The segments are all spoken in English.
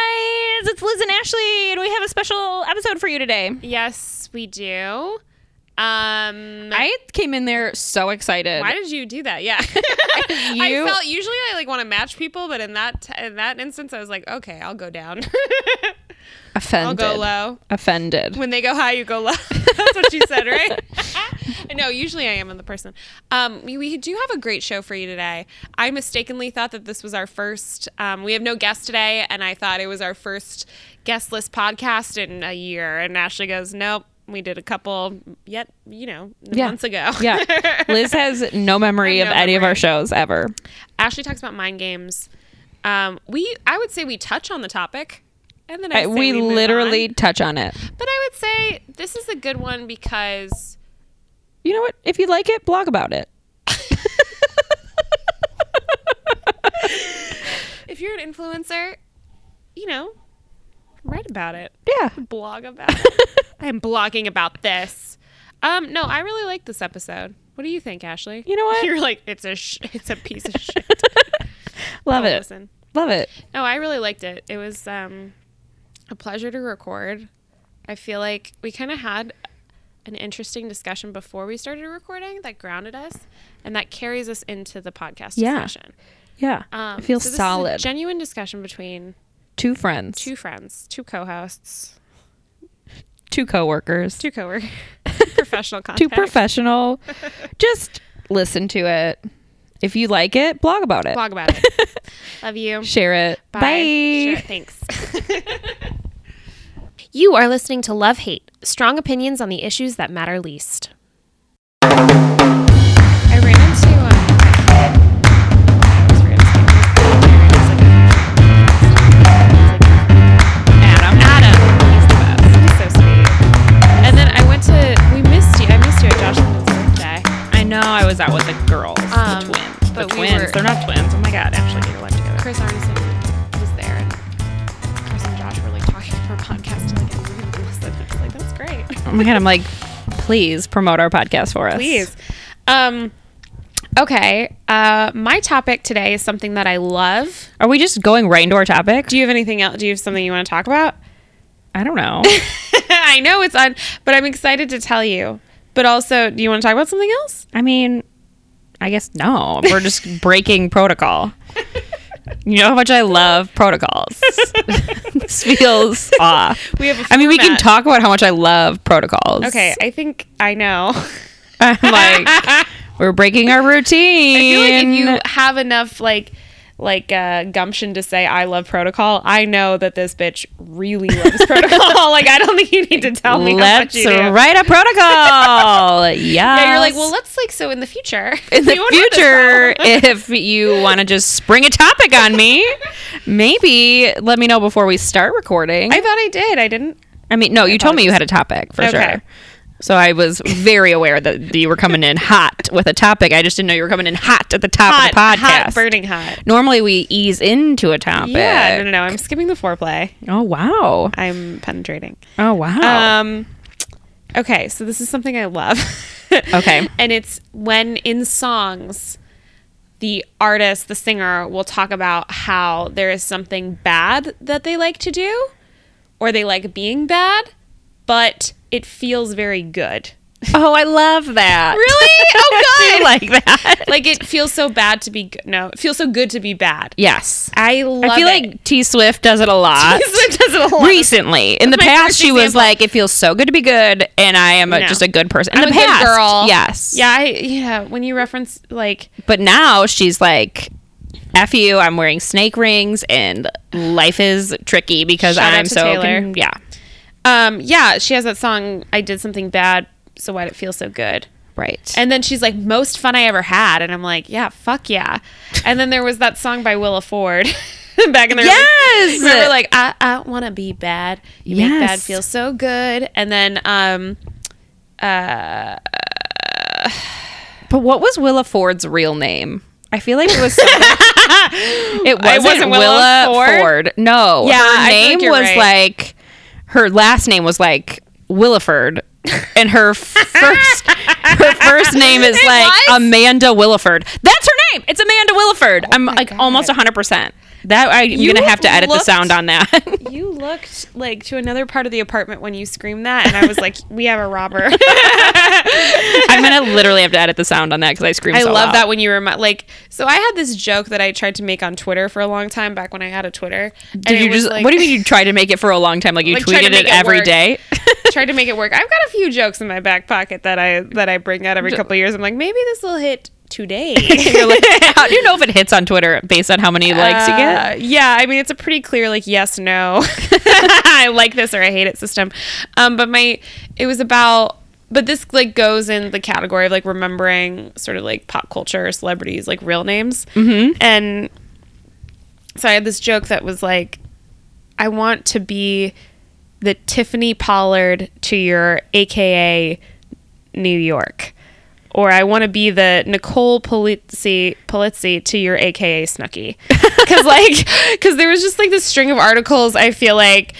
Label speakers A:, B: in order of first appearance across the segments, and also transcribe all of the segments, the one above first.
A: friends, it's Liz and Ashley, and we have a special episode for you today.
B: Yes, we do. Um,
A: I came in there so excited.
B: why did you do that? Yeah,
A: You-
B: I felt usually I like want to match people, but in that t- in that instance, I was like, okay, I'll go down. I'll
A: Offended.
B: go uh, low.
A: Offended.
B: When they go high, you go low. That's what she said, right? no, usually I am in the person. Um, we, we do have a great show for you today. I mistakenly thought that this was our first. Um, we have no guest today, and I thought it was our first guest list podcast in a year. And Ashley goes, "Nope, we did a couple yet, you know,
A: Yeah.
B: months ago."
A: yeah. Liz has no memory of
B: I have no
A: any of our
B: memory.
A: shows ever.
B: Ashley talks about mind games. Um, we, I would say, we touch on the topic, and then I
A: I-
B: say
A: Uh, we
B: move on.
A: literally touch on it.
B: But I would say this is a good one because
A: You know what? If you like it, blog about it.
B: if you're an influencer, you know, write about it,
A: Yeah.
B: blog about it. I'm blogging about this. Um, no, I really like this episode. What do you think, Ashley?
A: You know what?
B: You're like it's a sh- it's a piece of shit.
A: Love
B: I'll
A: it.
B: Oh, Listen.
A: Love it.
B: No, I really liked it. It was um, a pleasure to record. I feel like we kind of had an interesting discussion before we started recording that grounded us and that carries us into the podcast
A: Yeah.
B: discussion.
A: Yeah.
B: Um,
A: it feels
B: so this is a
A: solid.
B: genuine discussion between
A: two friends.
B: two friends, two co-hosts,
A: two coworkers.
B: two co-workers, professional contacts.
A: too professional. Just listen to it. If you like it, blog about it.
B: Blog Um, about it. Love you.
A: Share it. Bye.
B: Sure, thanks. you are listening to Love Hate: Strong Opinions on the Issues That Matter Least. I ran into. Um, I just ran into- Adam. Adam. He's the best. He's so sweet. And then I went to. We missed you. I missed you at Josh Linden's birthday.
A: I know I was out with the girls,
B: Um,
A: the twins. The
B: but we
A: twins.
B: were-
A: They're not twins. Oh my god, actually, they're left together.
B: Chris Arneson was there, and Chris and Josh were like talking for a podcast, and like everyone would listen. I was like, that's great.
A: Oh my god, I'm like, please promote our podcast for us.
B: Please. Um, okay. Uh, my topic today is something that I love.
A: Are we just going right into our topic?
B: Do you have anything else? Do you have something you want to talk about?
A: I don't know.
B: I know it's on, but I'm excited to tell you. But also, do you want to talk about something else?
A: I mean, I guess no. We're just breaking protocol. You know how much I love protocols. this feels off.
B: We have. a
A: I mean, we can
B: format.
A: talk about how much I love protocols.
B: Okay, I think I know.
A: I'm like, we're breaking our routine.
B: I feel like if you have enough like like uh, gumption to say I love protocol, I know that this bitch really loves protocol. Like I don't think you need to tell me how
A: Let's
B: much you do.
A: write a protocol. yeah.
B: Yeah, you're like, well, let's like so in the future.
A: in
B: we
A: the
B: won't have this
A: future,
B: problem."
A: if you want to just spring a topic on me, maybe let me know before we start recording.
B: I
A: I,
B: thought I did. I didn't.
A: mean, no, you told me you had a topic for
B: Okay.
A: sure. So I was very aware that you were coming in hot with a topic. I just didn't know you were coming in hot at the top
B: Hot,
A: of the podcast.
B: hot, burning hot.
A: Normally we ease into a topic.
B: Yeah, no, no, no. I'm skipping the foreplay.
A: Oh wow.
B: I'm penetrating.
A: Oh wow.
B: Um, okay, so this is something I love.
A: Okay.
B: and it's when in songs, the artist, the singer, will talk about how there is something bad that they like to do, or they like being bad, but it feels very good.
A: oh, I love that.
B: Really? Oh,
A: I
B: God.
A: like that.
B: Like it feels so bad to be good. No, it feels so good to be bad.
A: Yes.
B: I love.
A: I Uh, feel
B: it.
A: like T Swift does it a lot.
B: It does it a lot.
A: Recently, in the
B: my
A: past,
B: first
A: she was
B: example.
A: like, "It feels so good to be good," and I am a,
B: No.
A: just a good person. In
B: I'm
A: the
B: a
A: past,
B: good girl.
A: yes,
B: Yeah, I, yeah. When you reference like
A: But now she's like, "F you, I'm wearing snake rings, and life is tricky because
B: Shout out
A: I'm
B: to
A: so
B: Taylor.
A: con- yeah,
B: Um, yeah, she has that song, I Did Something Bad, so why'd it feel so good?
A: right."
B: And then she's like, most fun I ever had. And I'm like, yeah, fuck yeah. And then there was that song by Willa Ford back in the
A: Yes!
B: Like, remember, like, I, I want to be bad. You make bad
A: Yes.
B: feel so good. And then, um,
A: but what was Willa Ford's real name? I feel like it was. Something- it wasn't,
B: wasn't
A: Willa,
B: Willa
A: Ford.
B: Ford?
A: No,
B: Yeah,
A: her
B: I feel like
A: name
B: you're
A: was
B: right.
A: like her last name was like Williford, and her first her first name is
B: It
A: like
B: was? Oh
A: Amanda Williford. That's her name. It's Amanda Williford. I'm like
B: God.
A: almost almost hundred percent. That I'm
B: You
A: gonna have to edit the
B: looked-
A: sound on that.
B: you looked like to another part of the apartment when you screamed that, and I was like, "We have a robber."
A: I'm gonna literally have to edit the sound on that because I scream.
B: I
A: so
B: love
A: loud.
B: that when you remind, like, so I had this joke that I tried to make on Twitter for a long time back when I had a Twitter. and
A: Did
B: it
A: you
B: was
A: just?
B: like-
A: what do you mean you tried to make it for a long time? Like you
B: Like, tried to
A: tweeted
B: make
A: it
B: it
A: every
B: work.
A: day.
B: tried to make it work. I've got a few jokes in my back pocket that I that I bring out every couple of years. I'm like, maybe this will hit today.
A: You're like, how do you know if it hits on Twitter based on how many likes you get?
B: Uh, yeah, I mean it's a pretty clear like yes no. I like this or I hate it system. Um, but my it was about but this like goes in the category of like remembering sort of like pop culture celebrities like real names. Mm-hmm. And so I had this joke that was like, I want to be the Tiffany Pollard to your AKA New York. Or I want to be the Nicole Polizzi, Polizzi to your AKA Snooki. Because, like, because there was just like this string of articles, I feel like,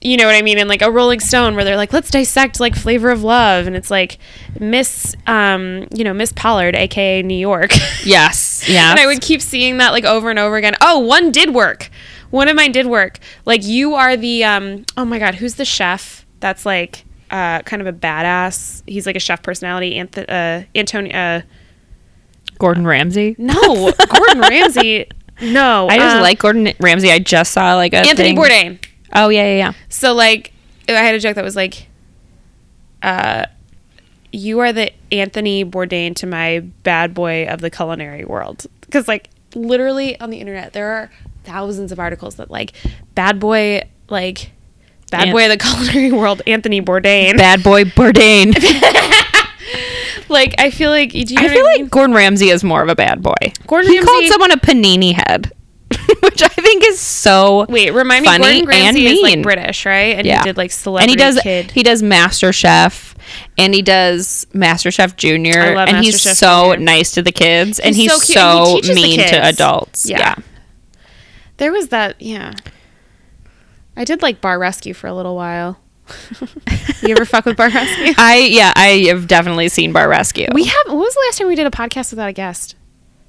B: you know what I mean? And like a Rolling Stone where they're like, let's dissect like flavor of love. And it's like, Miss, um, you know, Miss Pollard, AKA New York.
A: Yes. Yeah.
B: And I would keep seeing that like over and over again. Oh, one did work. One of mine did work. Like you are the um oh my god, who's the chef? That's like uh kind of a badass. He's like a chef personality. Anth- uh Antonio uh
A: Gordon Ramsay.
B: no, Gordon Ramsay. No.
A: I just
B: um,
A: like Gordon Ramsay. I just saw like a
B: Anthony
A: thing.
B: Bourdain.
A: Oh yeah, yeah, yeah.
B: So like I had a joke that was like uh you are the Anthony Bourdain to my bad boy of the culinary world cuz like literally on the internet there are thousands of articles that like bad boy like bad
A: An-
B: boy of the culinary world Anthony Bourdain.
A: Bad boy Bourdain.
B: like I feel like do you know
A: I
B: what
A: feel
B: mean?
A: like Gordon Ramsay is more of a bad boy.
B: Gordon
A: he called
B: Ramsay-
A: someone a panini head, which I think is so
B: Wait, remind me
A: funny
B: Gordon
A: and
B: Ramsay is like
A: mean.
B: British, right? And
A: Yeah.
B: he did like
A: and
B: celebrity
A: he does
B: kid.
A: he does Master Chef and he does Master Chef Junior
B: I love
A: and he's
B: MasterChef
A: so
B: Junior.
A: nice to the kids and
B: He's
A: he's, so,
B: so cute, and he teaches the
A: mean to
B: kids.
A: adults.
B: Yeah.
A: Yeah.
B: There was that, yeah. I did like Bar Rescue for a little while. you ever fuck with Bar Rescue?
A: I yeah, I have definitely seen Bar Rescue.
B: We have. When was the last time we did a podcast without a guest?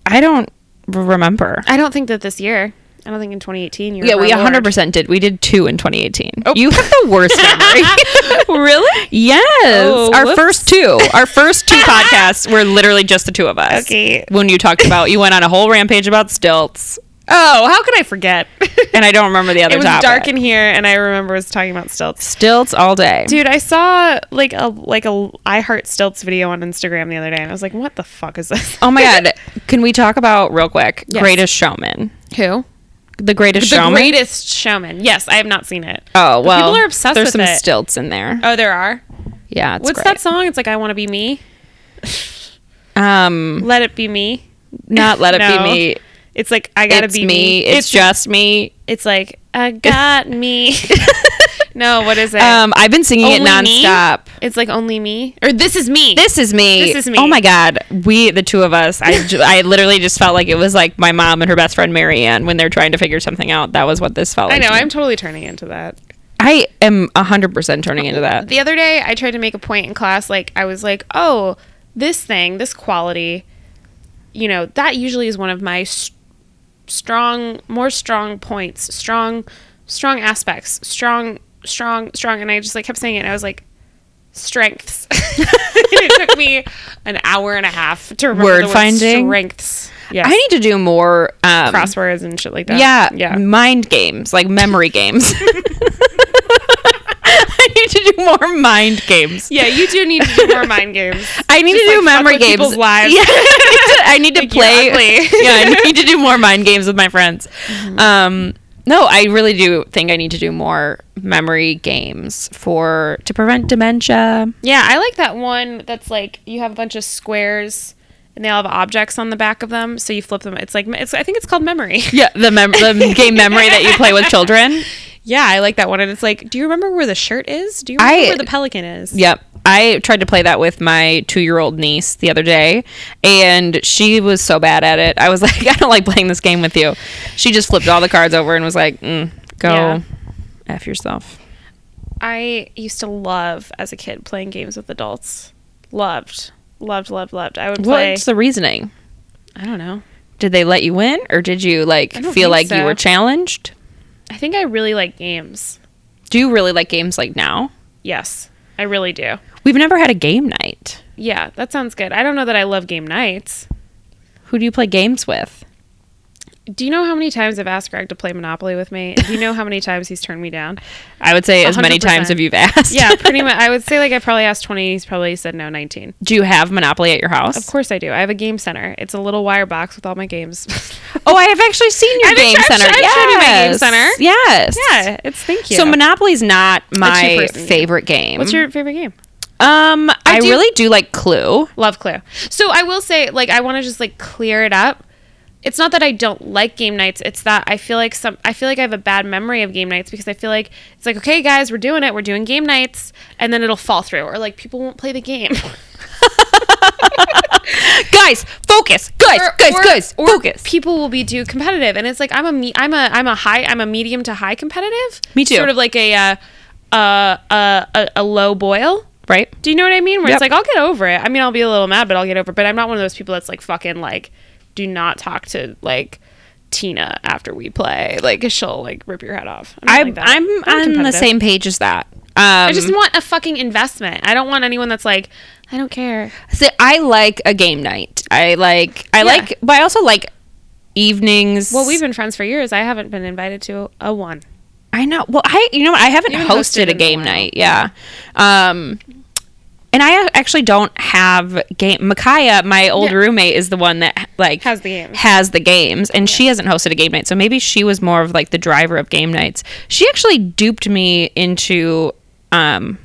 A: I don't remember.
B: I don't think that this year. I don't think in 2018. You
A: Yeah, we
B: a
A: 100% did. We did two in 2018. You have the worst memory.
B: really?
A: yes.
B: Oh,
A: our
B: whoops.
A: first two. Our first two podcasts were literally just the two of us.
B: Okay.
A: When you talked about, you went on a whole rampage about stilts,
B: Oh, how could I forget? it
A: and I don't remember the other
B: was
A: topic.
B: dark in here, and I remember was talking about stilts.
A: stilts all day.
B: Dude, I saw like a like a I heart stilts video on Instagram the other day, and I was like, "What the fuck is this?"
A: Oh my god. Can we talk about real quick?
B: Yes.
A: Greatest Showman.
B: Who?
A: The Greatest
B: The
A: Showman.
B: greatest showman. Yes, I have not seen it.
A: oh well.
B: people are obsessed
A: There's
B: with
A: some
B: it.
A: stilts in there.
B: Oh, there are.
A: yeah. It's
B: What's
A: great.
B: that song? It's like I want to be me.
A: Um.
B: Let it be me.
A: Not let it
B: No.
A: be me.
B: It's like I gotta
A: It's
B: be
A: me.
B: me.
A: It's, just me.
B: It's like I got me. no, what is it?
A: Um. I've been singing it
B: Only me?
A: nonstop.
B: it's like only me or this is me.
A: This is me.
B: This is me.
A: Oh my god. We the two of us. I ju- I literally just felt like it was like my mom and her best friend Marianne when they're trying to figure something out. That was what this felt
B: I
A: like.
B: know.
A: to me.
B: I'm totally turning into that.
A: I am hundred percent turning into that.
B: The other day, I tried to make a point in class. Like I was like, oh, this thing, this quality, you know, that usually is one of my s- strong, more strong points, strong, strong aspects, strong, strong, strong. And I just like kept saying it. And I was like, strengths. it took me an hour and a half to remember
A: Word
B: the word
A: finding?
B: strengths. Yeah,
A: I need to do more um,
B: crosswords and shit like that.
A: Yeah,
B: yeah.
A: mind games, like memory games. I need to do more mind games.
B: Yeah, you do need to do more mind games.
A: I need
B: Just,
A: to do
B: like, fuck
A: memory
B: with
A: games.
B: people's lives.
A: Yeah, I need to
B: Like, you're
A: play.
B: ugly.
A: yeah, I need to do more mind games with my friends. Um, no, I really do think I need to do more memory games for to prevent dementia.
B: Yeah, I like that one that's like you have a bunch of squares and they all have objects on the back of them, so you flip them. It's like it's I think it's called memory.
A: Yeah, the mem- the game memory that you play with children.
B: Yeah, I like that one and it's like, do you remember where the shirt is? Do you remember
A: I-
B: where the pelican is?
A: Yep. I tried to play that with my two year old niece the other day, and she was so bad at it. I was like, I don't like playing this game with you. She just flipped all the cards over and was like, mm, go
B: Yeah.
A: F yourself.
B: I used to love as a kid playing games with adults. Loved. Loved, loved, loved. I would play
A: What's the reasoning?
B: I don't know.
A: Did they let you win, or did you like
B: I don't
A: feel
B: think
A: like you
B: so.
A: were challenged?
B: I think I really like games.
A: Do you really like games like now?
B: Yes, I really do.
A: We've never had a game night.
B: Yeah, that sounds good. I don't know that I love game nights.
A: Who do you play games with?
B: Do you know how many times I've asked Greg to play Monopoly with me? And do you know how many times he's turned me down?
A: I would say as many times
B: 100%.
A: as you've asked.
B: Yeah, pretty much. I would say like I probably asked 20, he's probably said no 19.
A: do you have Monopoly at your house?
B: Of course I do. I have a game center. It's a little wire box with all my games.
A: Oh, I have actually seen your
B: I've
A: game
B: actually-
A: center.
B: I've shown you my game
A: Yes.
B: center.
A: Yes.
B: yeah, it's thank you.
A: So Hmm? Monopoly's not my
B: two-person game.
A: favorite game.
B: What's your favorite game?
A: Um, I,
B: do-
A: really do like Clue.
B: Love Clue. So I will say, like, I want to just like clear it up. It's not that I don't like game nights. It's that I feel like some. I feel like I have a bad memory of game nights because I feel like it's like, okay, guys, we're doing it. We're doing game nights, and then it'll fall through, or like people won't play the game.
A: Guys, focus. Guys,
B: Or-
A: guys,
B: or-
A: guys,
B: or
A: focus.
B: People will be too competitive, and it's like I'm a me- I'm a I'm a high I'm a medium to high competitive.
A: Me too.
B: Sort of like a uh, uh, uh, a a low boil.
A: right?
B: Do you know what I mean? Where
A: Yep.
B: it's like, I'll get over it. I mean, I'll be a little mad, but I'll get over it. But I'm not one of those people that's like, fucking, like, do not talk to, like, Tina after we play. Like, she'll, like, rip your head off. not
A: I,
B: like that.
A: I'm
B: not
A: on the
B: competitive.
A: same page as that. Um,
B: I just want a fucking investment. I don't want anyone that's like, I don't care.
A: See, I like a game night. I like I
B: Yeah.
A: like but I also like evenings.
B: Well, we've been friends for years. I haven't been invited to a one.
A: I know. Well, I you know what? I haven't
B: You haven't hosted
A: hosted a
B: in a
A: game
B: while.
A: night. Yeah. Um and I actually don't have game. Micaiah, my old
B: Yeah.
A: roommate, is the one that like
B: Has the games.
A: Has the games, and she hasn't hosted a game night, so maybe she was more of like the driver of game nights. She actually duped me into um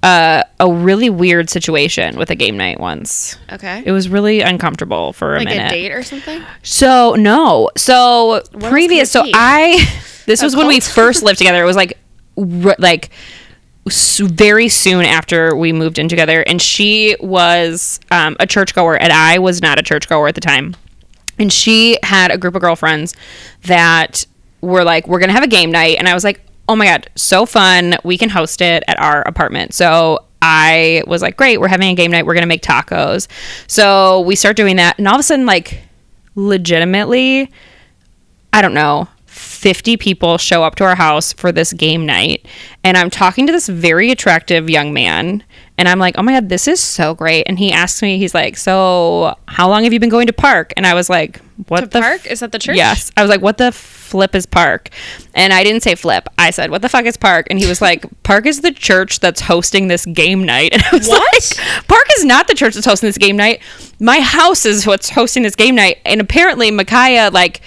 A: uh, a really weird situation with a game night once.
B: Okay.
A: It was really uncomfortable for a
B: like
A: minute.
B: a date or something?
A: So no. So
B: this
A: previous. So
B: gonna be?
A: I. This
B: A
A: was when we
B: cult?
A: first lived together. It was like, r- like, s- very soon after we moved in together, and she was um, a churchgoer, and I was not a churchgoer at the time. And she had a group of girlfriends that were like, "We're gonna have a game night," and I was like, "Oh my god, so fun! We can host it at our apartment." So. I was like, great, we're having a game night. We're going to make tacos. So we start doing that. And all of a sudden, like, legitimately, I don't know, 50 people show up to our house for this game night. And I'm talking to this very attractive young man. And I'm like, oh my God, this is so great. And he asks me, he's like, so how long have you been going to park? And I was like, what
B: To
A: the
B: park? Is that the church?
A: Yes. I was like, what the flip is park? And I didn't say flip. I said, what the fuck is park? And he was like, park is the church that's hosting this game night. And I was
B: What?
A: like, park is not the church that's hosting this game night. My house is what's hosting this game night. And apparently, Micaiah, like,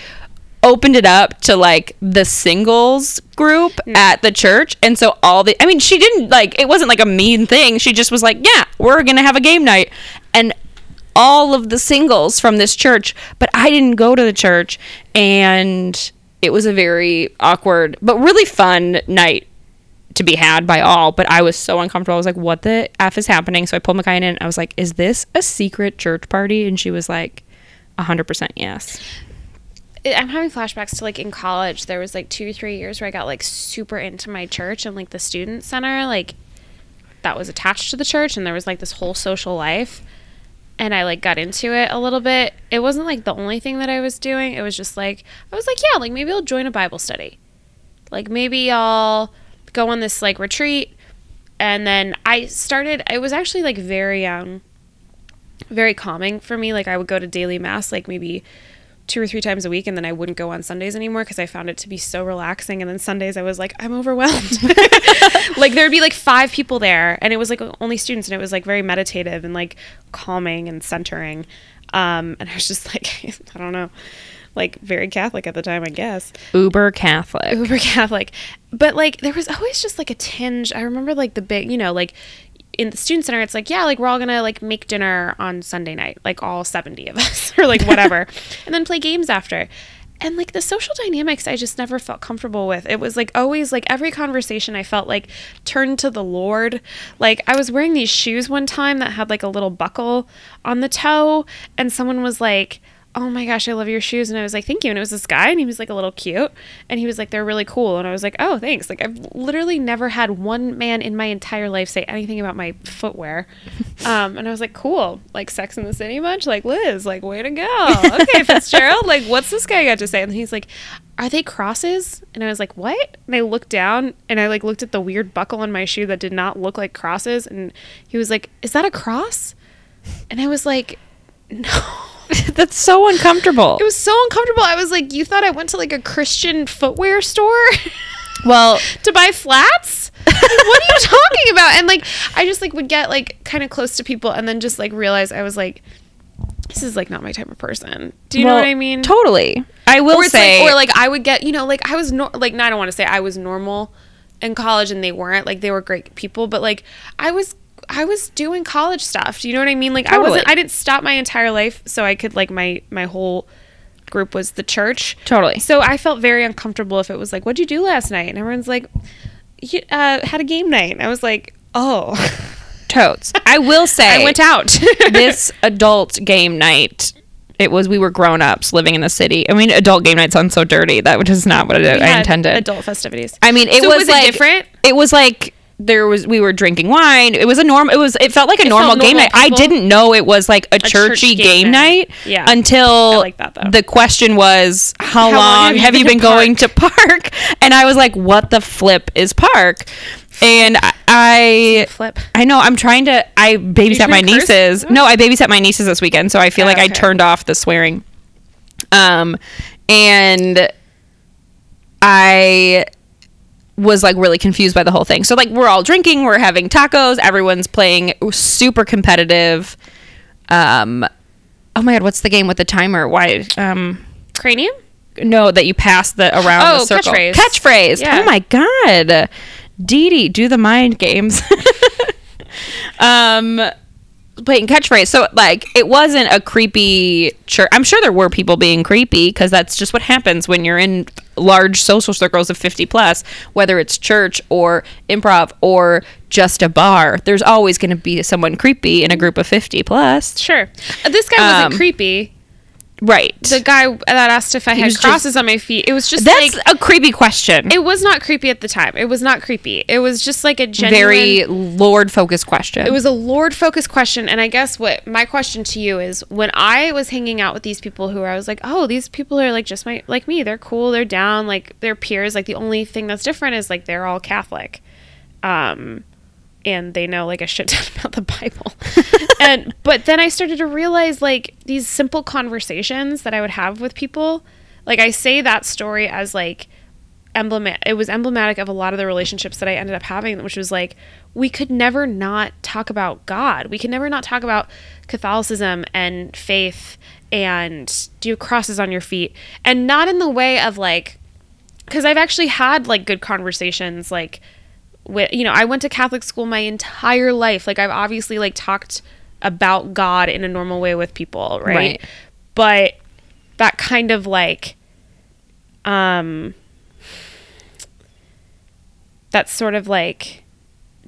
A: opened it up to like the singles group at the church and so all the I mean she didn't like it wasn't like a mean thing she just was like yeah we're going to have a game night and all of the singles from this church, but I didn't go to the church and it was a very awkward but really fun night to be had by all, but I was so uncomfortable. I was like, what the F is happening? So I pulled Micaiah in and I was like, is this a secret church party? And she was like, 100% yes.
B: I- I'm having flashbacks to like in college. There was like two or three years where I got like super into my church and like the student center, like that was attached to the church, and there was like this whole social life. And I like got into it a little bit. It wasn't like the only thing that I was doing. It was just like I was like, yeah, like maybe I'll join a Bible study. Like maybe I'll go on this like retreat. And then I started. It was actually like very um very calming for me. Like I would go to daily mass like maybe two or three times a week and then I wouldn't go on Sundays anymore because I found it to be so relaxing and then Sundays I was like I'm overwhelmed. like there'd be like five people there and it was like only students and it was like very meditative and like calming and centering. Um and I was just like I don't know like very catholic at the time I guess
A: Uber Catholic.
B: uber Catholic. But like there was always just like a tinge. I remember like the big, you know, like in the student center, it's like, yeah, like we're all gonna like make dinner on Sunday night, like all 70 of us or like whatever, and then play games after. And like the social dynamics, I just never felt comfortable with. It was like always like every conversation I felt like turned to the Lord. Like I was wearing these shoes one time that had like a little buckle on the toe, and someone was like, oh my gosh, I love your shoes. And I was like, thank you. And it was this guy, and he was like a little cute. And he was like, they're really cool. And I was like, oh, thanks. Like, I've literally never had one man in my entire life say anything about my footwear. Um, and I was like, cool. Like, sex in the city much? Like, Liz, like, way to go. Okay, Fitzgerald, like, what's this guy got to say? And he's like, are they crosses? And I was like, what? And I looked down and I like looked at the weird buckle on my shoe that did not look like crosses. And he was like, is that a cross? And I was like, no.
A: That's so uncomfortable.
B: It was so uncomfortable. I was like, you thought I went to like a Christian footwear store
A: well,
B: to buy flats? Like, what are you talking about? And like, I just like would get like kind of close to people and then just like realize I was like, this is like not my type of person. Do you know
A: well,
B: what I mean?
A: Totally. I will
B: or it's
A: say,
B: like, or like I would get, you know, like I was nor- like, no, I don't want to say I was normal in college and they weren't like they were great people, but like I was, I was doing college stuff. Do you know what I mean? Like I wasn't,
A: Totally.
B: I didn't stop my entire life so I could like my my whole group was the church.
A: Totally.
B: So I felt very uncomfortable if it was like, what'd you do last night? And everyone's like, you, uh, had a game night. And I was like, oh,
A: totes. I will say,
B: I went out.
A: this adult game night. It was we were grown ups living in the city. I mean, adult game night sounds so dirty. That which is not what I,
B: We
A: I
B: had
A: intended.
B: adult festivities.
A: I mean, it
B: So
A: was,
B: was it
A: like
B: different?
A: It was like there was we were drinking wine. It was a normal. It was it felt like a normal
B: felt
A: game
B: normal
A: night. I
B: people.
A: didn't know it was like a,
B: church
A: churchy
B: game
A: game,
B: night.
A: night.
B: Yeah.
A: until
B: I like that, though.
A: the question was how, long, have you been
B: to
A: going to park? And I was like, what the flip is park? And I. I
B: Flip.
A: I know. I'm trying to. I babysat my
B: gonna curse?
A: nieces. No, I babysat my nieces this weekend, so I feel
B: Oh,
A: like I
B: okay.
A: turned off the swearing. Um, and I was like really confused by the whole thing. So like we're all drinking, we're having tacos, everyone's playing super competitive. Um, oh my god, what's the game with the timer? Why? Um,
B: Cranium?
A: no, that you pass the around
B: Oh,
A: the circle.
B: catchphrase.
A: Catchphrase.
B: Yeah.
A: Oh my god. Dee Dee, do the mind games. um playing catchphrase. So like it wasn't a creepy church. I'm sure there were people being creepy because that's just what happens when you're in large social circles of 50 plus, whether it's church or improv or just a bar. There's always going to be someone creepy in a group of 50 plus.
B: Sure. Uh, This guy wasn't
A: Um,
B: creepy.
A: Right.
B: The guy that asked if I had
A: was just-
B: crosses on my feet, it was just
A: that's
B: like
A: a creepy question.
B: it was not creepy at the time. It was not creepy. It was just like a genuine
A: very lord focused question.
B: it was a lord focused question and i guess what my question to you is when i was hanging out with these people who i was like oh these people are like just my like me they're cool they're down like they're peers like the only thing that's different is like they're all catholic um and they know like a shit ton about the bible and but then i started to realize like these simple conversations that i would have with people like i say that story as like emblematic it was emblematic of a lot of the relationships that I ended up having which was like we could never not talk about God. We could never not talk about Catholicism and faith and do crosses on your feet and not in the way of like cuz I've actually had like good conversations like with you know I went to Catholic school my entire life. Like I've obviously like talked about God in a normal way with people, right?
A: Right.
B: But that kind of like um that's sort of like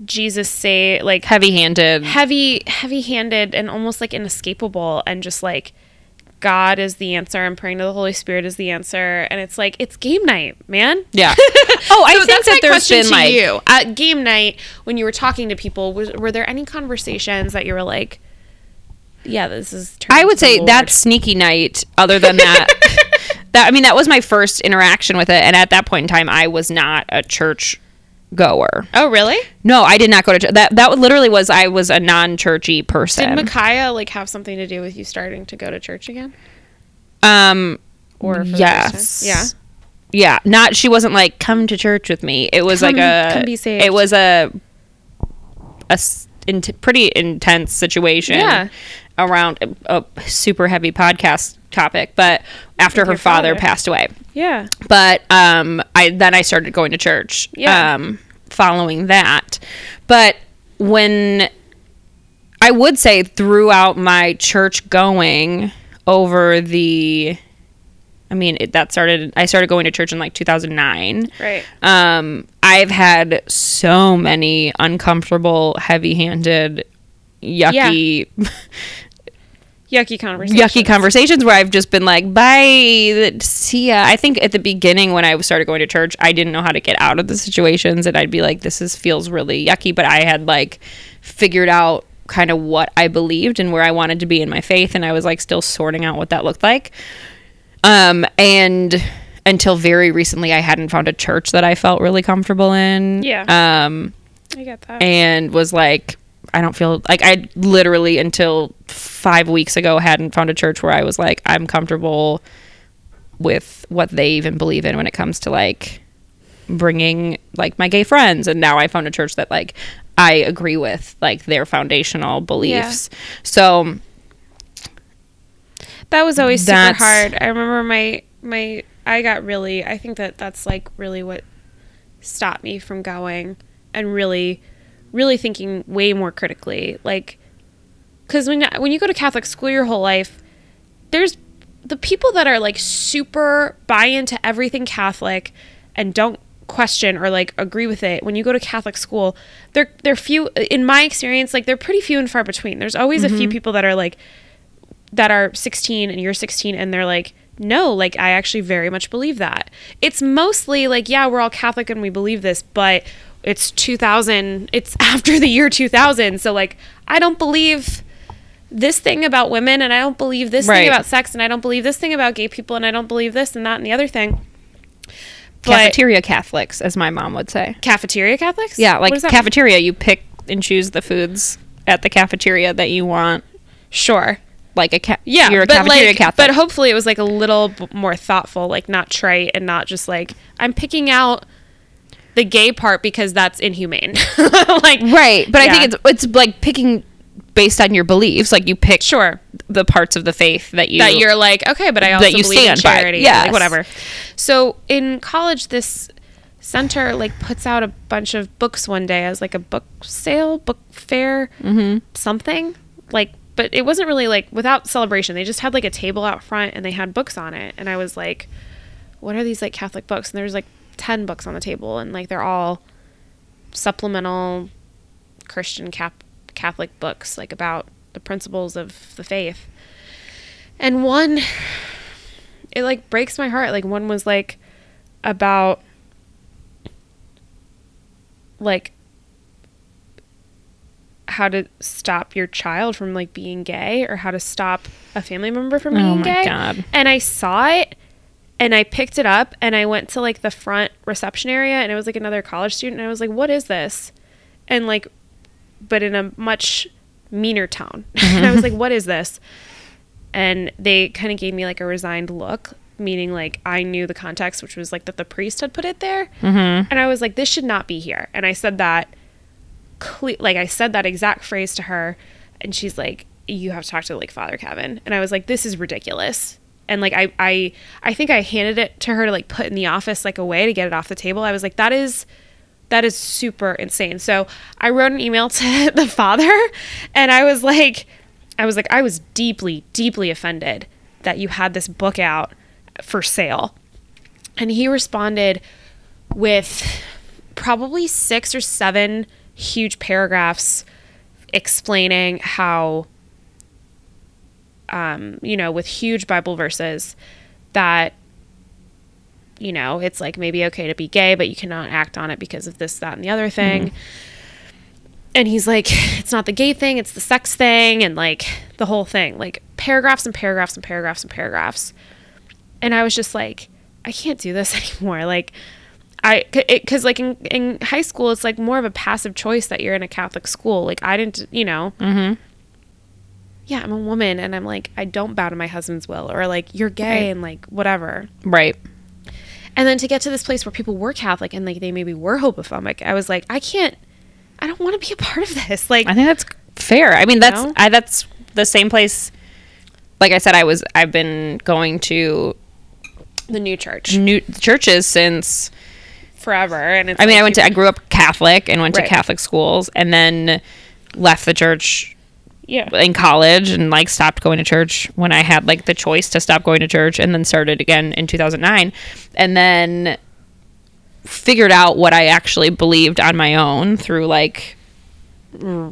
B: Jesus say like
A: heavy handed.
B: heavy heavy handed and almost like inescapable and just like God is the answer and praying to the Holy Spirit is the answer and it's like it's game night, man.
A: Yeah. oh, I
B: So
A: think
B: that's my
A: that there's
B: question
A: been
B: to
A: like
B: you at game night when you were talking to people. Was, were there any conversations that you were like, "Yeah, this is"? turned
A: I would
B: into the
A: say
B: Lord?
A: that's sneaky night. Other than that, that I mean, that was my first interaction with it, and at that point in time, I was not a church goer.
B: Oh, really?
A: No, I did not go to church. That that literally was I was a non churchy person.
B: Did Micaiah like have something to do with you starting to go to church again?
A: um,
B: Or for the first
A: yes,
B: time? yeah.
A: yeah. Not she wasn't like come to church with me. It was
B: Come-
A: like a
B: come be saved.
A: it was a a s- int- pretty intense situation.
B: Yeah.
A: around a, a super heavy podcast topic, but after her
B: your
A: father
B: father.
A: passed away.
B: Yeah.
A: but um i then i started going to church
B: Yeah.
A: um following that but when i would say throughout my church going over the i mean it, that started i started going to church in like 2009
B: Right.
A: um i've had so many uncomfortable heavy-handed yucky
B: yucky conversation.
A: yucky conversations where I've just been like, bye, see ya. I think at the beginning when I started going to church, I didn't know how to get out of the situations, and I'd be like, this is feels really yucky. But I had like figured out kind of what I believed and where I wanted to be in my faith, and I was like still sorting out what that looked like. Um, and until very recently, I hadn't found a church that I felt really comfortable in.
B: Yeah.
A: Um,
B: I get that.
A: and was like i don't feel like i literally until five weeks ago hadn't found a church where i was like i'm comfortable with what they even believe in when it comes to like bringing like my gay friends and now i found a church that like i agree with like their foundational beliefs so
B: That was always super
A: That's-
B: hard. I remember my my I got really I think that that's like really what stopped me from going and really really thinking way more critically. Like cuz when when you go to Catholic school your whole life there's the people that are like super buy into everything Catholic and don't question or like agree with it when you go to Catholic school they're they're few in my experience like they're pretty few and far between there's always a few people that are like that are 16 and you're 16 and they're like no like i actually very much believe that it's mostly like yeah we're all catholic and we believe this but it's 2000 it's after the year 2000 so like i don't believe this thing about women and i don't believe this
A: Right.
B: thing about sex and i don't believe this thing about gay people and i don't believe this and that and the other thing but
A: cafeteria catholics as my mom would say
B: cafeteria catholics
A: yeah like
B: What does that mean?
A: cafeteria you pick and choose the foods at the cafeteria that you want
B: sure
A: like a ca-
B: Yeah,
A: you're a
B: but
A: cafeteria
B: like,
A: catholic
B: but hopefully it was like a little b- more thoughtful, like not trite and not just like I'm picking out the gay part because that's inhumane. like
A: Right, but I
B: Yeah.
A: think it's it's like picking based on your beliefs. Like you pick
B: sure
A: the parts of the faith that you
B: that you're like okay, but I also
A: you
B: believe in
A: stand by.
B: charity, yeah,
A: Yes.
B: like whatever. So in college, this center like puts out a bunch of books one day as like a book sale, book fair,
A: Mm-hmm.
B: something like. But it wasn't really like without celebration. They just had like a table out front and they had books on it, and I was like, what are these like Catholic books? And there's like 10 books on the table, and like they're all supplemental Christian cap- Catholic books, like about the principles of the faith. And one, it like breaks my heart. Like, one was like about like how to stop your child from like being gay or how to stop a family member from being
A: Oh my
B: gay.
A: God.
B: And I saw it and I picked it up and I went to like the front reception area and it was like another college student and I was like, "What is this?" And like but in a much meaner tone. and I was like,
A: Mm-hmm.
B: "What is this?" And they kind of gave me like a resigned look, meaning like I knew the context, which was like that the priest had put it there. Mm-hmm. And I was like, "This should not be here." And I said that cle- like I said that exact phrase to her, and she's like, "You have to talk to like Father Kevin." And I was like, "This is ridiculous." And like I I I think I handed it to her to like put in the office like away to get it off the table. I was like, "That is." That is super insane. So I wrote an email to the father and I was like, I was like, I was deeply, deeply offended that you had this book out for sale. And he responded with probably six or seven huge paragraphs explaining how, um, you know, with huge Bible verses that, you know, it's like maybe okay to be gay, but you cannot act on it because of this, that, and the other thing and he's like, it's not the gay thing, it's the sex thing, and like the whole thing, like paragraphs and paragraphs and paragraphs and paragraphs. And I was just like, I can't do this anymore. Like, I, because like in, in high school, it's like more of a passive choice that you're in a Catholic school. Like, I didn't, you know, yeah, I'm a woman and I'm like, I don't bow to my husband's will, or like, you're gay
A: Right.
B: and like, whatever.
A: right.
B: And then to get to this place where people were Catholic and like they maybe were homophobic, I was like, I can't, I don't want to be a part of this. Like,
A: I think that's fair. I mean, that's
B: know?
A: I, that's the same place. Like I said, I was I've been going to
B: the new church.
A: new churches since.
B: forever. And it's
A: I mean, I went to I grew up Catholic and went
B: Right.
A: to Catholic schools, and then left the church
B: yeah,
A: in college and like stopped going to church when I had like the choice to stop going to church and then started again in 2009 and then figured out what I actually believed on my own through like r-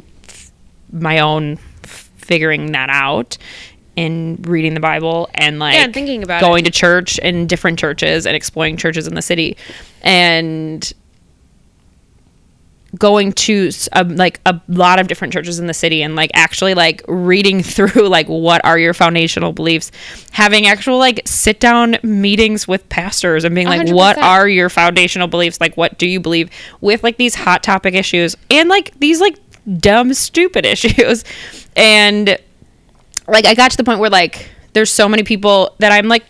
A: my own f- figuring that out in reading the Bible and like
B: Yeah, and thinking about
A: going to church and different churches and exploring churches in the city and going to s- um, like a lot of different churches in the city and like actually like reading through like what are your foundational beliefs having actual like sit down meetings with pastors and being like what
B: 100%.
A: are your foundational beliefs like what do you believe with like these hot topic issues and like these like dumb stupid issues and like I got to the point where like there's so many people that I'm like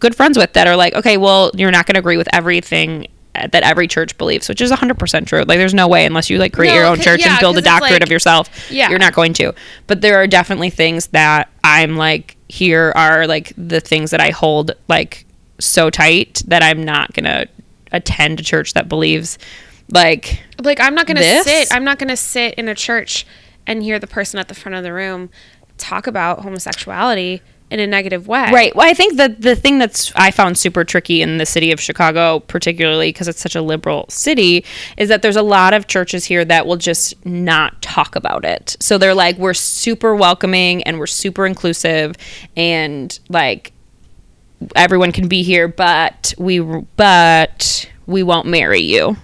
A: good friends with that are like, okay, well, you're not going to agree with everything uh, that every church believes, which is 100% true. Like there's no way unless you like create
B: No,
A: your own
B: 'cause-
A: church
B: yeah,
A: and build a
B: 'cause it's,
A: doctorate
B: like-
A: of yourself,
B: Yeah.
A: you're not going to. But there are definitely things that I'm like here are like the things that I hold like so tight that I'm not going to attend a church that believes like
B: like i'm not gonna
A: This?
B: sit i'm not gonna sit in a church and hear the person at the front of the room talk about homosexuality in a negative way
A: Right. Well, I think that the thing that's I found super tricky in the city of Chicago, particularly because it's such a liberal city, is that there's a lot of churches here that will just not talk about it. So they're like, we're super welcoming and we're super inclusive, and like everyone can be here, but we but we won't marry you,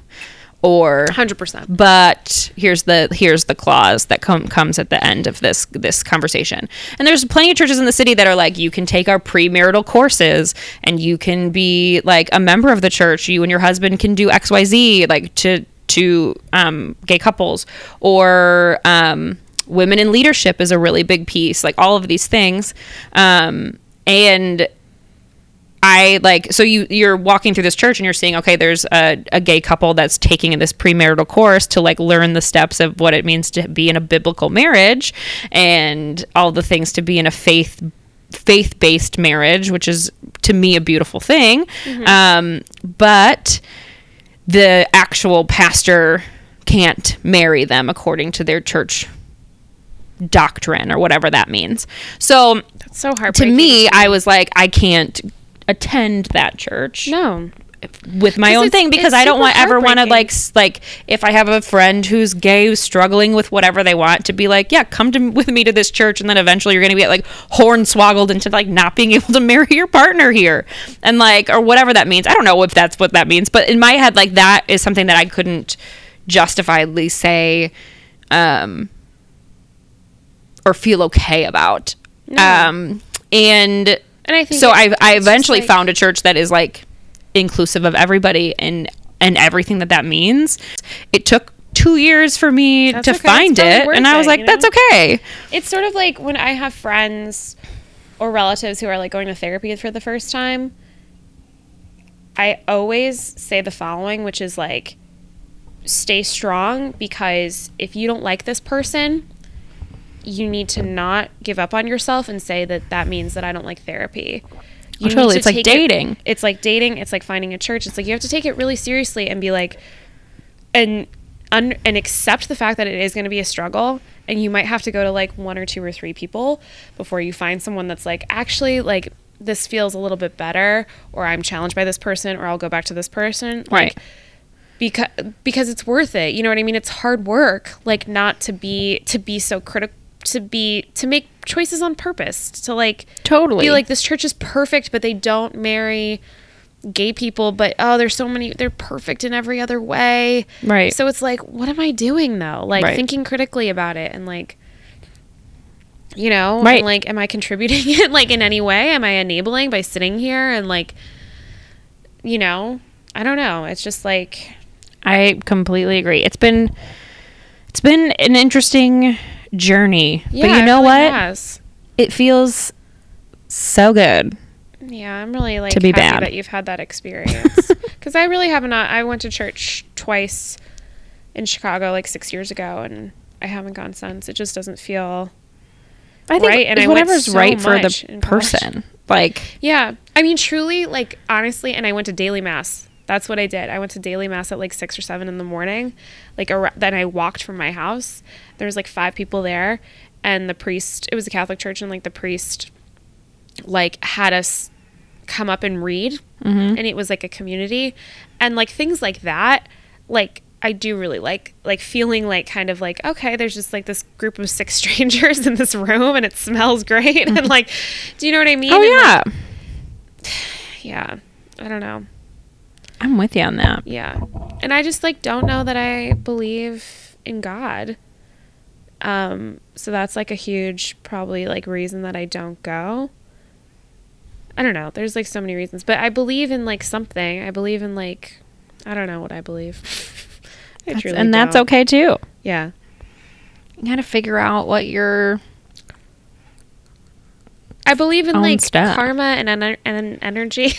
A: or
B: 100%
A: but here's the here's the clause that com- comes at the end of this this conversation and there's plenty of churches in the city that are like you can take our premarital courses and you can be like a member of the church you and your husband can do xyz like to to um, gay couples or um, women in leadership is a really big piece like all of these things um, and I like so you you're walking through this church and you're seeing okay there's a, a gay couple that's taking this premarital course to like learn the steps of what it means to be in a biblical marriage and all the things to be in a faith faith-based marriage which is to me a beautiful thing um, but the actual pastor can't marry them according to their church doctrine or whatever that means so
B: so hard
A: to me, I was like, I can't attend that church
B: no
A: with my
B: 'Cause
A: own
B: it's-
A: thing because
B: it's
A: I don't
B: super
A: want ever want to
B: heartbreaking.
A: like s- like if I have a friend who's gay who's struggling with whatever they want to be like, yeah, come to with me to this church, and then eventually you're gonna get like hornswoggled into like not being able to marry your partner here, and like or whatever that means. I don't know if that's what that means, but in my head, like that is something that I couldn't justifiably say. Um, or feel okay about. Um, and
B: And I think
A: so.
B: it-
A: I I
B: it's just
A: eventually
B: like-
A: found a church that is like inclusive of everybody and and everything that that means. It took two years for me
B: That's
A: to
B: okay. It's
A: find
B: probably
A: it,
B: worth
A: and I was
B: it,
A: like,
B: you know?
A: that's okay.
B: it's sort of like when I have friends or relatives who are like going to therapy for the first time. I always say the following, which is like, stay strong because if you don't like this person, you need to not give up on yourself and say that that means that I don't like therapy. You need
A: Oh, Totally.
B: to
A: It's like
B: take it-
A: dating.
B: it's like dating. It's like finding a church. It's like you have to take it really seriously and be like, and un, and accept the fact that it is going to be a struggle and you might have to go to like one or two or three people before you find someone that's like actually like this feels a little bit better or i'm challenged by this person or i'll go back to this person like,
A: Right.
B: because because it's worth it you know what i mean it's hard work like not to be to be so critical to be to make choices on purpose to like
A: Totally.
B: be like this church is perfect but they don't marry gay people but oh there's so many they're perfect in every other way
A: Right.
B: so it's like what am i doing though like
A: Right.
B: thinking critically about it and like you know and,
A: Right.
B: like am i contributing it like in any way am i enabling by sitting here and like you know i don't know it's just like
A: I completely agree. It's been it's been an interesting journey,
B: yeah,
A: but you
B: it
A: know
B: really
A: what?
B: has.
A: It feels so good.
B: yeah i'm really like
A: To be
B: happy
A: bad.
B: that you've had that experience because i really have not i went to church twice in chicago like six years ago and i haven't gone since it just doesn't feel
A: I think
B: Right, and I went
A: whatever's
B: so
A: right for
B: much
A: the
B: in college.
A: person. Like
B: Yeah. I mean, truly, like, honestly, and I went to daily mass. That's what I did. I went to daily mass at like six or seven in the morning. Like, ar- then I walked from my house. There was like five people there, and the priest, it was a Catholic church, and like the priest, like, had us come
A: Mm-hmm.
B: up and read. And it was like a community. And like things like that, like, I do really like like feeling like kind of like okay, there's just like this group of six strangers in this room and it smells great and like, do you know what I mean?
A: Mm-hmm. Oh
B: And, like,
A: yeah,
B: yeah. I don't know.
A: I'm with you on that.
B: Yeah. And I just like don't know that I believe in God. Um so that's like a huge probably like reason that I don't go. I don't know. There's like so many reasons, but I believe in like something. I believe in like I don't know what I believe. I
A: That's-
B: truly
A: and that's
B: don't.
A: okay too.
B: Yeah.
A: You gotta figure out what your
B: I believe in
A: Own
B: like
A: stuff.
B: karma and ener- and energy.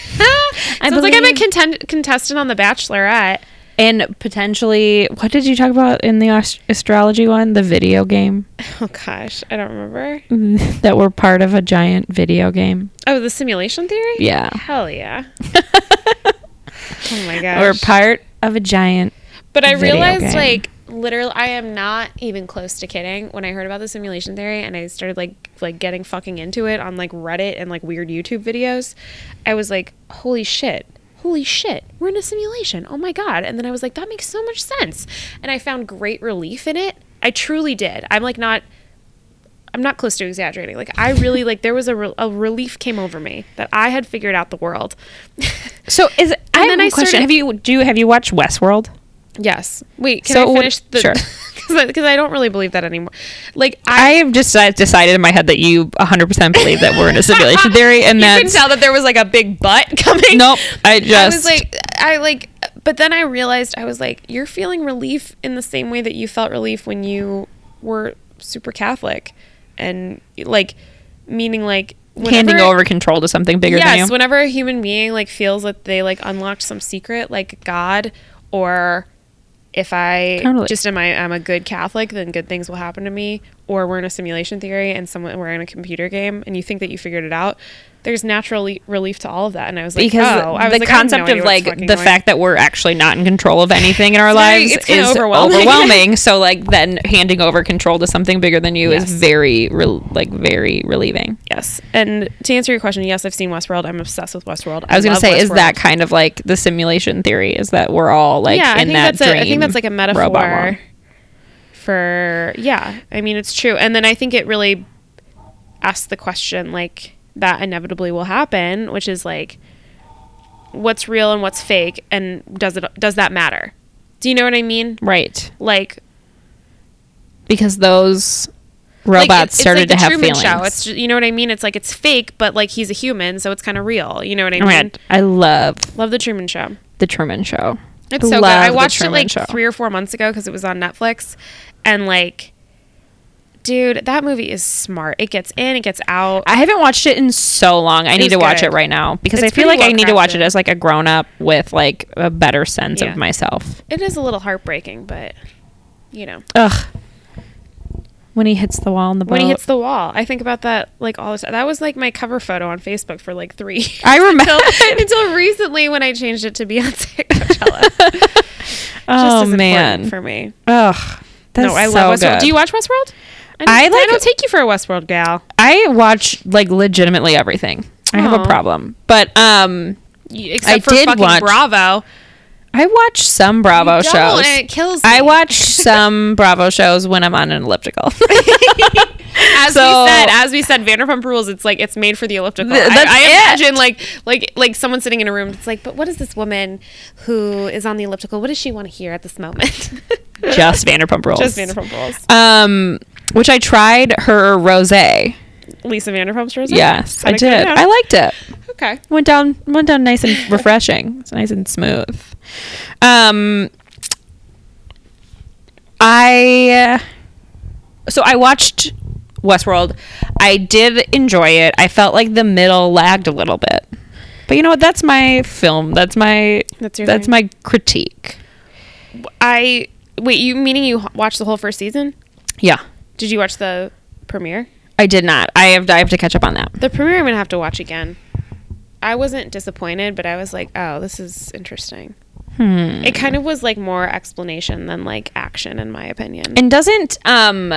B: I Sounds like I'm a
A: believe-
B: content- contestant on The Bachelorette.
A: and potentially what did you talk about in the ast- astrology one? The video game
B: Oh gosh, I don't remember.
A: that were part of a giant video game.
B: Oh, the simulation theory?
A: Yeah,
B: Hell yeah. oh my gosh.
A: or part of a giant.
B: But I
A: video
B: realized,
A: game.
B: like, literally, I am not even close to kidding when I heard about the simulation theory and I started like like getting fucking into it on like Reddit and like weird YouTube videos. I was like, holy shit. Holy shit, we're in a simulation. Oh my God. And then I was like, that makes so much sense. And I found great relief in it. I truly did. I'm like, not, I'm not close to exaggerating. Like, I really, like, there was a, re- a relief came over me that I had figured out the world.
A: So is I
B: And
A: have
B: then
A: a
B: I
A: question.
B: started-
A: have you do have you watched Westworld?
B: Yes. Wait, can
A: So
B: I
A: what-
B: finish the
A: sure.
B: Because I, don't really believe that anymore. Like
A: I
B: I,
A: have just uh, decided in my head that you 100% believe that we're in a simulation theory, and
B: you
A: that's
B: can tell that there was like a big butt coming.
A: Nope, I
B: I was
A: just-
B: like, I like, but then I realized I was like, you're feeling relief in the same way that you felt relief when you were super Catholic, and like, meaning like
A: handing
B: whenever-
A: over control to something bigger
B: yes,
A: than you.
B: whenever a human being like feels that they like unlocked some secret, like God, or if I
A: Totally.
B: just am I am a good Catholic, then good things will happen to me. Or we're in a simulation theory and someone we're in a computer game, and you think that you figured it out. There's natural le- relief to all of that, and I was like,
A: because
B: oh, I was
A: the
B: like, I have no
A: concept
B: idea
A: of
B: what's
A: like
B: fucking
A: the
B: going-
A: fact that we're actually not in control of anything in our
B: very-
A: lives
B: it's kinda
A: is
B: overwhelming.
A: overwhelming. so like then handing over control to something bigger than you
B: Yes.
A: is very rel like very relieving.
B: yes. And to answer your question, yes, I've seen Westworld. I'm obsessed with Westworld.
A: I was gonna
B: love
A: say, is
B: Westworld.
A: that kind of like the simulation theory? Is that we're all like
B: yeah, I
A: in
B: think
A: that
B: that's a, I
A: dream
B: think that's like a metaphor
A: robot world?
B: for yeah. I mean, it's true. And then I think it really asks the question like that inevitably will happen, which is like what's real and what's fake and does it does that matter? Do you know what I mean?
A: right?
B: Like
A: Because those
B: like,
A: robots
B: it- it's
A: started
B: like
A: to
B: the
A: have
B: Truman
A: feelings.
B: Show. It's ju- you know what I mean? It's like it's fake, but like he's a human, so it's kind of real. You know what I
A: oh
B: mean?
A: my god, I love
B: Love the Truman Show.
A: the Truman Show.
B: It's so
A: Love
B: good. I
A: The
B: watched it
A: Truman
B: like three or four months ago because it was on Netflix, and like, dude, that movie is smart. It gets in, it gets out.
A: I haven't watched it in so long. I need
B: was
A: to watch
B: good.
A: it right now because
B: It's
A: I feel like
B: pretty
A: I need to watch
B: well-crafted.
A: it as like a grown up with like a better sense
B: Yeah.
A: of myself.
B: It is a little heartbreaking, but you know,
A: Ugh. When he hits the wall in the boat.
B: when he hits the wall, I think about that like all the time. That was like my cover photo on Facebook for like three
A: I remember.
B: until, until recently when I changed it to Beyonce Coachella. Just
A: oh
B: as important
A: man.
B: for me.
A: Ugh. That's
B: no, I
A: so
B: love Westworld.
A: good.
B: Do you watch Westworld? I,
A: I
B: don't- I
A: like-
B: don't take you for a Westworld gal.
A: I watch like legitimately everything. I have
B: Aw.
A: a problem, but um,
B: You- Except for
A: did
B: fucking
A: watch-
B: Bravo.
A: I watch some Bravo
B: You don't,
A: shows.
B: and it kills
A: I
B: me.
A: watch some Bravo shows when I'm on an elliptical.
B: as
A: So-
B: we said, as we said, Vanderpump Rules. It's like it's made for the elliptical.
A: Th-
B: I-
A: that's
B: I,
A: it.
B: imagine like like like someone sitting in a room. It's like, but what is this woman who is on the elliptical? What does she want to hear at this moment?
A: Just Vanderpump Rules.
B: Just Vanderpump Rules.
A: Um, which I tried her rosé.
B: Lisa Vanderpump's Rules.
A: Yes,
B: How'd
A: I
B: it go
A: did.
B: down?
A: I liked it.
B: Okay.
A: Went down, went down nice and refreshing. It's nice and smooth. Um, I so I watched Westworld. I did enjoy it. I felt like the middle lagged a little bit, but you know what? That's my film. That's my
B: That's your
A: that's
B: thing.
A: my critique.
B: I wait. You meaning you h- watched the whole first season?
A: Yeah,
B: Did you watch the premiere?
A: I did not. I have I have to catch up on that.
B: The premiere I'm gonna have to watch again. I wasn't disappointed, but I was like, oh, this is interesting.
A: Hmm.
B: It kind of was like more explanation than like action, in my opinion.
A: And doesn't um.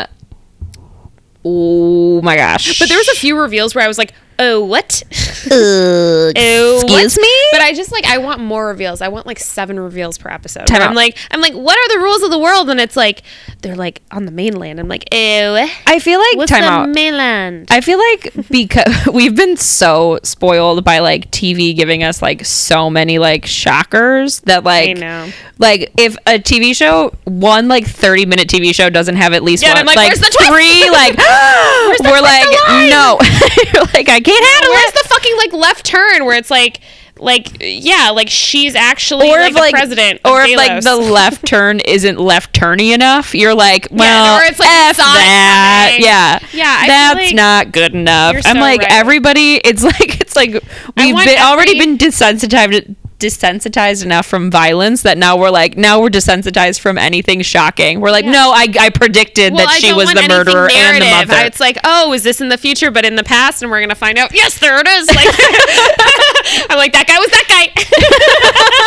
A: Oh my gosh! Oh
B: But there was a few reveals where I was like, oh what?
A: Uh,
B: Oh, what?
A: excuse me?
B: But I just like I want more reveals. I want like seven reveals per episode.
A: Time
B: I'm
A: out.
B: like I'm like what are the rules of the world? And it's like they're like on the mainland. I'm like oh
A: I feel like
B: what's
A: time
B: the
A: out.
B: mainland?
A: I feel like because we've been so spoiled by like TV giving us like so many like shockers that like
B: know.
A: like if a TV show one like 30 minute TV show doesn't have at least
B: Yeah,
A: one
B: I'm like, "Where's the twist?"
A: three like
B: the
A: we're
B: twist
A: like
B: line?
A: no You're like I can't handle
B: Where's
A: it
B: the fucking like left turn where it's like like yeah like she's actually like, the president of
A: or if like
B: Delos.
A: the left turn isn't left turny enough you're like well
B: or it's, like,
A: F
B: not
A: that
B: coming.
A: yeah
B: Yeah, I feel
A: that's
B: like
A: not good enough
B: you're
A: i'm
B: so
A: like
B: right.
A: everybody it's like it's like we've
B: want
A: been, already
B: every-
A: been desensitized desensitized enough from violence that now we're like now we're desensitized from anything shocking we're like
B: Yeah.
A: no i, I predicted
B: Well, I
A: that she
B: don't
A: was
B: want
A: the
B: anything
A: murderer and the
B: narrative.
A: mother
B: It's like, oh, is this in the future, but in the past, and we're gonna find out. Yes, there it is. Like, I'm like that guy was that guy.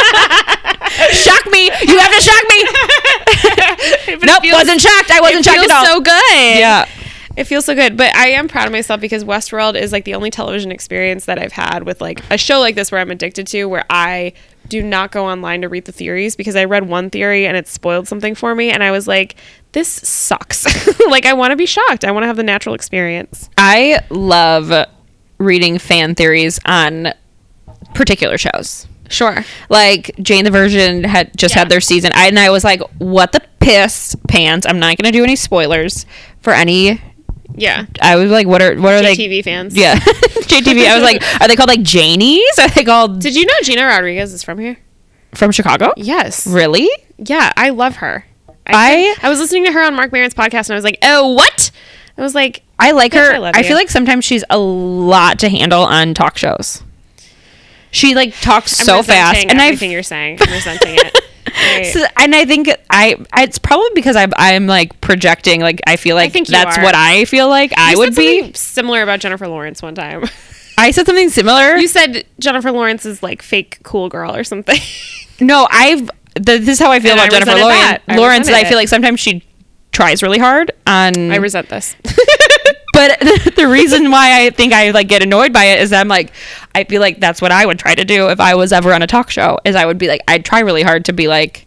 A: shock me you have to shock me
B: But it
A: nope
B: feels-
A: wasn't shocked i wasn't
B: It
A: shocked
B: feels
A: at all
B: so good.
A: yeah
B: it feels so good. But I am proud of myself because Westworld is like the only television experience that I've had with like a show like this where I'm addicted to, where I do not go online to read the theories because I read one theory and it spoiled something for me, and I was like, this sucks. like I want to be shocked. I want to have the natural experience.
A: I love reading fan theories on particular shows.
B: Sure.
A: Like Jane the Virgin had just
B: Yeah.
A: had their season, I, and I was like, "What the piss pants?" I'm not gonna do any spoilers for any.
B: Yeah.
A: I was like, "What are what are they?"
B: TV fans.
A: Yeah, JTV. I was like, "Are they called like Janies? Are they called
B: Did you know Gina Rodriguez is from here?
A: from Chicago?"
B: Yes.
A: Really?
B: Yeah, I love her.
A: I-
B: I was listening to her on Mark Maron's podcast and I was like, "Oh, what?" I was like,
A: I like
B: Yes,
A: her.
B: I
A: I,
B: love you.
A: feel like sometimes she's a lot to handle on talk shows. She like talks
B: I'm
A: so
B: resenting
A: fast, and I
B: everything you're saying. I'm resenting it. Right.
A: So- and I think I it's probably because I'm I'm like projecting like I feel like
B: think you
A: that's
B: are.
A: what I feel like I
B: You
A: would
B: said
A: be.
B: something similar about Jennifer Lawrence one time.
A: I said something similar.
B: You said Jennifer Lawrence is like fake cool girl or something.
A: no, I've the, this is how I feel
B: And
A: about
B: I
A: Jennifer
B: resented
A: Lawrence.
B: that. I
A: Lawrence, is I
B: resented
A: feel
B: it.
A: like sometimes she tries really hard on.
B: I resent this.
A: but the, reason why I think I like get annoyed by it is that I'm like I feel like that's what I would try to do if I was ever on a talk show. Is I would be like I'd try really hard to be like.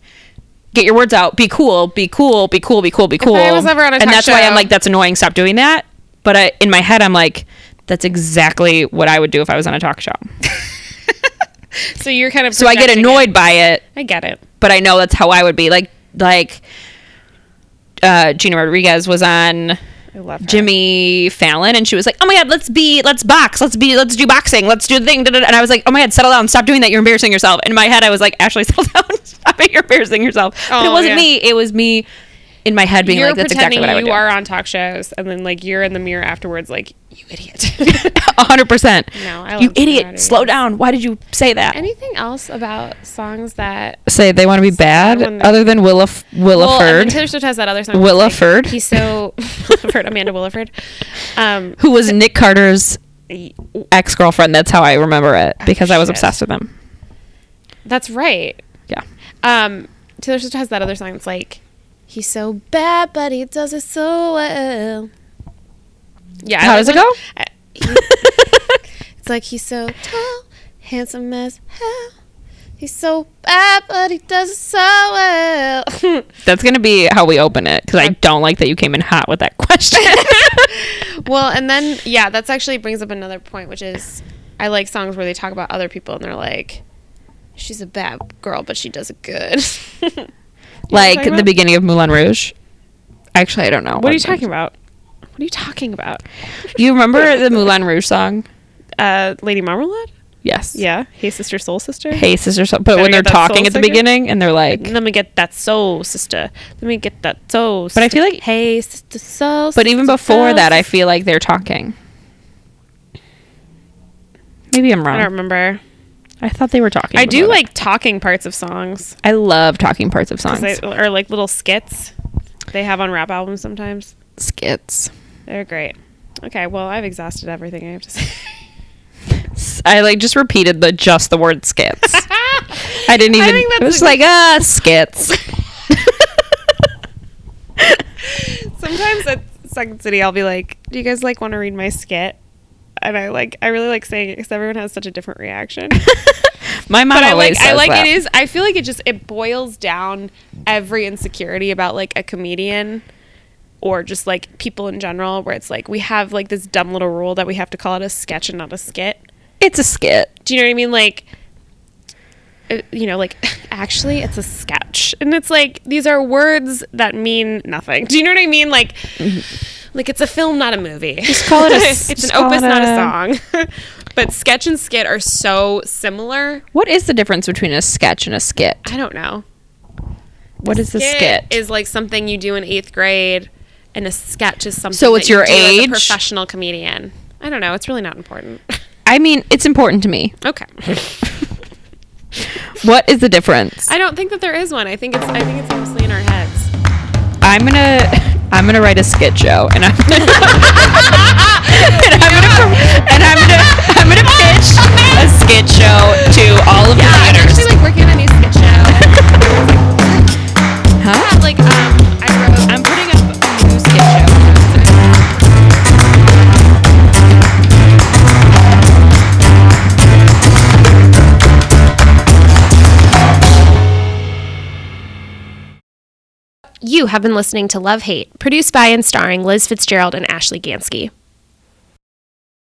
A: Get your words out. Be cool. Be cool. Be cool. Be cool. Be cool.
B: was ever on a
A: and
B: talk
A: that's why I'm
B: show-
A: like, that's annoying. Stop doing that. But I, in my head, I'm like, that's exactly what I would do if I was on a talk show.
B: so you're kind of
A: So I get
B: projecting it.
A: annoyed by it,
B: I get it.
A: but I know that's how I would be. Like, like uh, Gina Rodriguez was on
B: I love her.
A: Jimmy Fallon, and she was like, "Oh my god, let's be, let's box, let's be, let's do boxing, let's do the thing." da, da, da." And I was like, "Oh my god, settle down, stop doing that. You're embarrassing yourself." In my head, I was like, "Ashley, settle down, stop it. You're embarrassing yourself." but it
B: Oh,
A: wasn't
B: yeah.
A: me. It was me in my head being
B: You're
A: like, "That's
B: pretending
A: exactly what I would
B: you
A: do."
B: are on talk shows, and then like you're in the mirror afterwards, like you idiot.
A: A hundred percent.
B: No, I
A: you
B: love Gina
A: idiot.
B: Rodriguez.
A: Slow down. Why did you say that?
B: Anything else about songs that
A: say they want to be bad,
B: Someone-
A: other than Willa F-
B: Well, and then
A: Williford,
B: Taylor Swift has that other song.
A: Williford.
B: Um, He's so Williford, Amanda Williford. Um,
A: who was Nick Carter's
B: y-
A: ex girlfriend. That's how I remember it because I was
B: Oh, shit.
A: obsessed with him.
B: that's right.
A: Yeah.
B: Um, Taylor Swift has that other song. It's like he's so bad, but he does it so well. Yeah. I
A: How
B: like
A: does it
B: when-
A: go?
B: I- it's like he's so tall, handsome as hell. He's so bad, but he does it so well.
A: That's gonna be how we open it because I don't like that you came in hot with that question.
B: well, and then yeah, that's actually brings up another point, which is I like songs where they talk about other people and they're like, "She's a bad girl, but she does it good."
A: like
B: talking
A: the
B: about?
A: beginning of Moulin Rouge. Actually, I don't know.
B: what are you talking about? What are you talking about?
A: You remember the Moulin Rouge song?
B: Uh, Lady Marmalade?
A: Yes.
B: Yeah. Hey, sister, soul sister.
A: Hey, sister. So- but when
B: get
A: they're
B: that soul
A: talking at the
B: singer?
A: beginning and they're like,
B: Let me get that soul sister. Let me get that soul. Sister.
A: I feel like-
B: hey, sister, soul.
A: but even
B: sister,
A: before
B: soul
A: that, I
B: sister.
A: feel like they're talking. Maybe I'm
B: I don't
A: wrong.
B: remember.
A: I thought they were talking.
B: I do
A: before that.
B: like talking parts of songs,
A: I love talking parts of songs.
B: they, or like little skits they have on rap albums sometimes.
A: Skits.
B: They're great. Okay, well, I've exhausted everything I have to say.
A: S- I like just repeated the just the word skits. I didn't even.
B: think
A: it
B: that's
A: was
B: a-
A: like ah skits.
B: Sometimes at Second City, I'll be like, "Do you guys like want to read my skit?" and I like I really like saying it because everyone has such a different reaction.
A: My mom
B: but I
A: always
B: like I
A: says
B: like
A: that.
B: it is I feel like it just it boils down every insecurity about like a comedian or just like people in general where it's like we have like this dumb little rule that we have to call it a sketch and not a skit.
A: It's a skit.
B: Do you know what I mean? Like, uh, you know, like actually, it's a sketch, and it's like these are words that mean nothing. Do you know what I mean? Like, like it's a film, not a movie. Just
A: call it a s-
B: it's
A: Mm-hmm. just
B: an
A: call
B: opus,
A: it
B: not
A: a-
B: a song. but sketch and skit are so similar.
A: What is the difference between a sketch and a skit?
B: I don't know.
A: What is the skit?
B: Skit is like something you do in eighth grade, and a sketch is something.
A: So it's
B: that you
A: your
B: do as a
A: age?
B: professional comedian. I don't know. It's really not important.
A: I mean, it's important to me.
B: okay.
A: What is the difference?
B: I don't think that there is one. I think it's. I think it's mostly in our heads.
A: I'm gonna, I'm gonna write a skit show, and I'm gonna, and I'm gonna, and I'm gonna, I'm gonna pitch a skit show to all of
B: Yeah, I'm
A: the
B: actually
A: theaters.
B: like working on a new sketch show. I
A: Huh?
B: have like um, I wrote.
A: I'm putting up a new skit show.
B: You have been listening to Love Hate, produced by and starring Liz Fitzgerald and Ashley Gansky.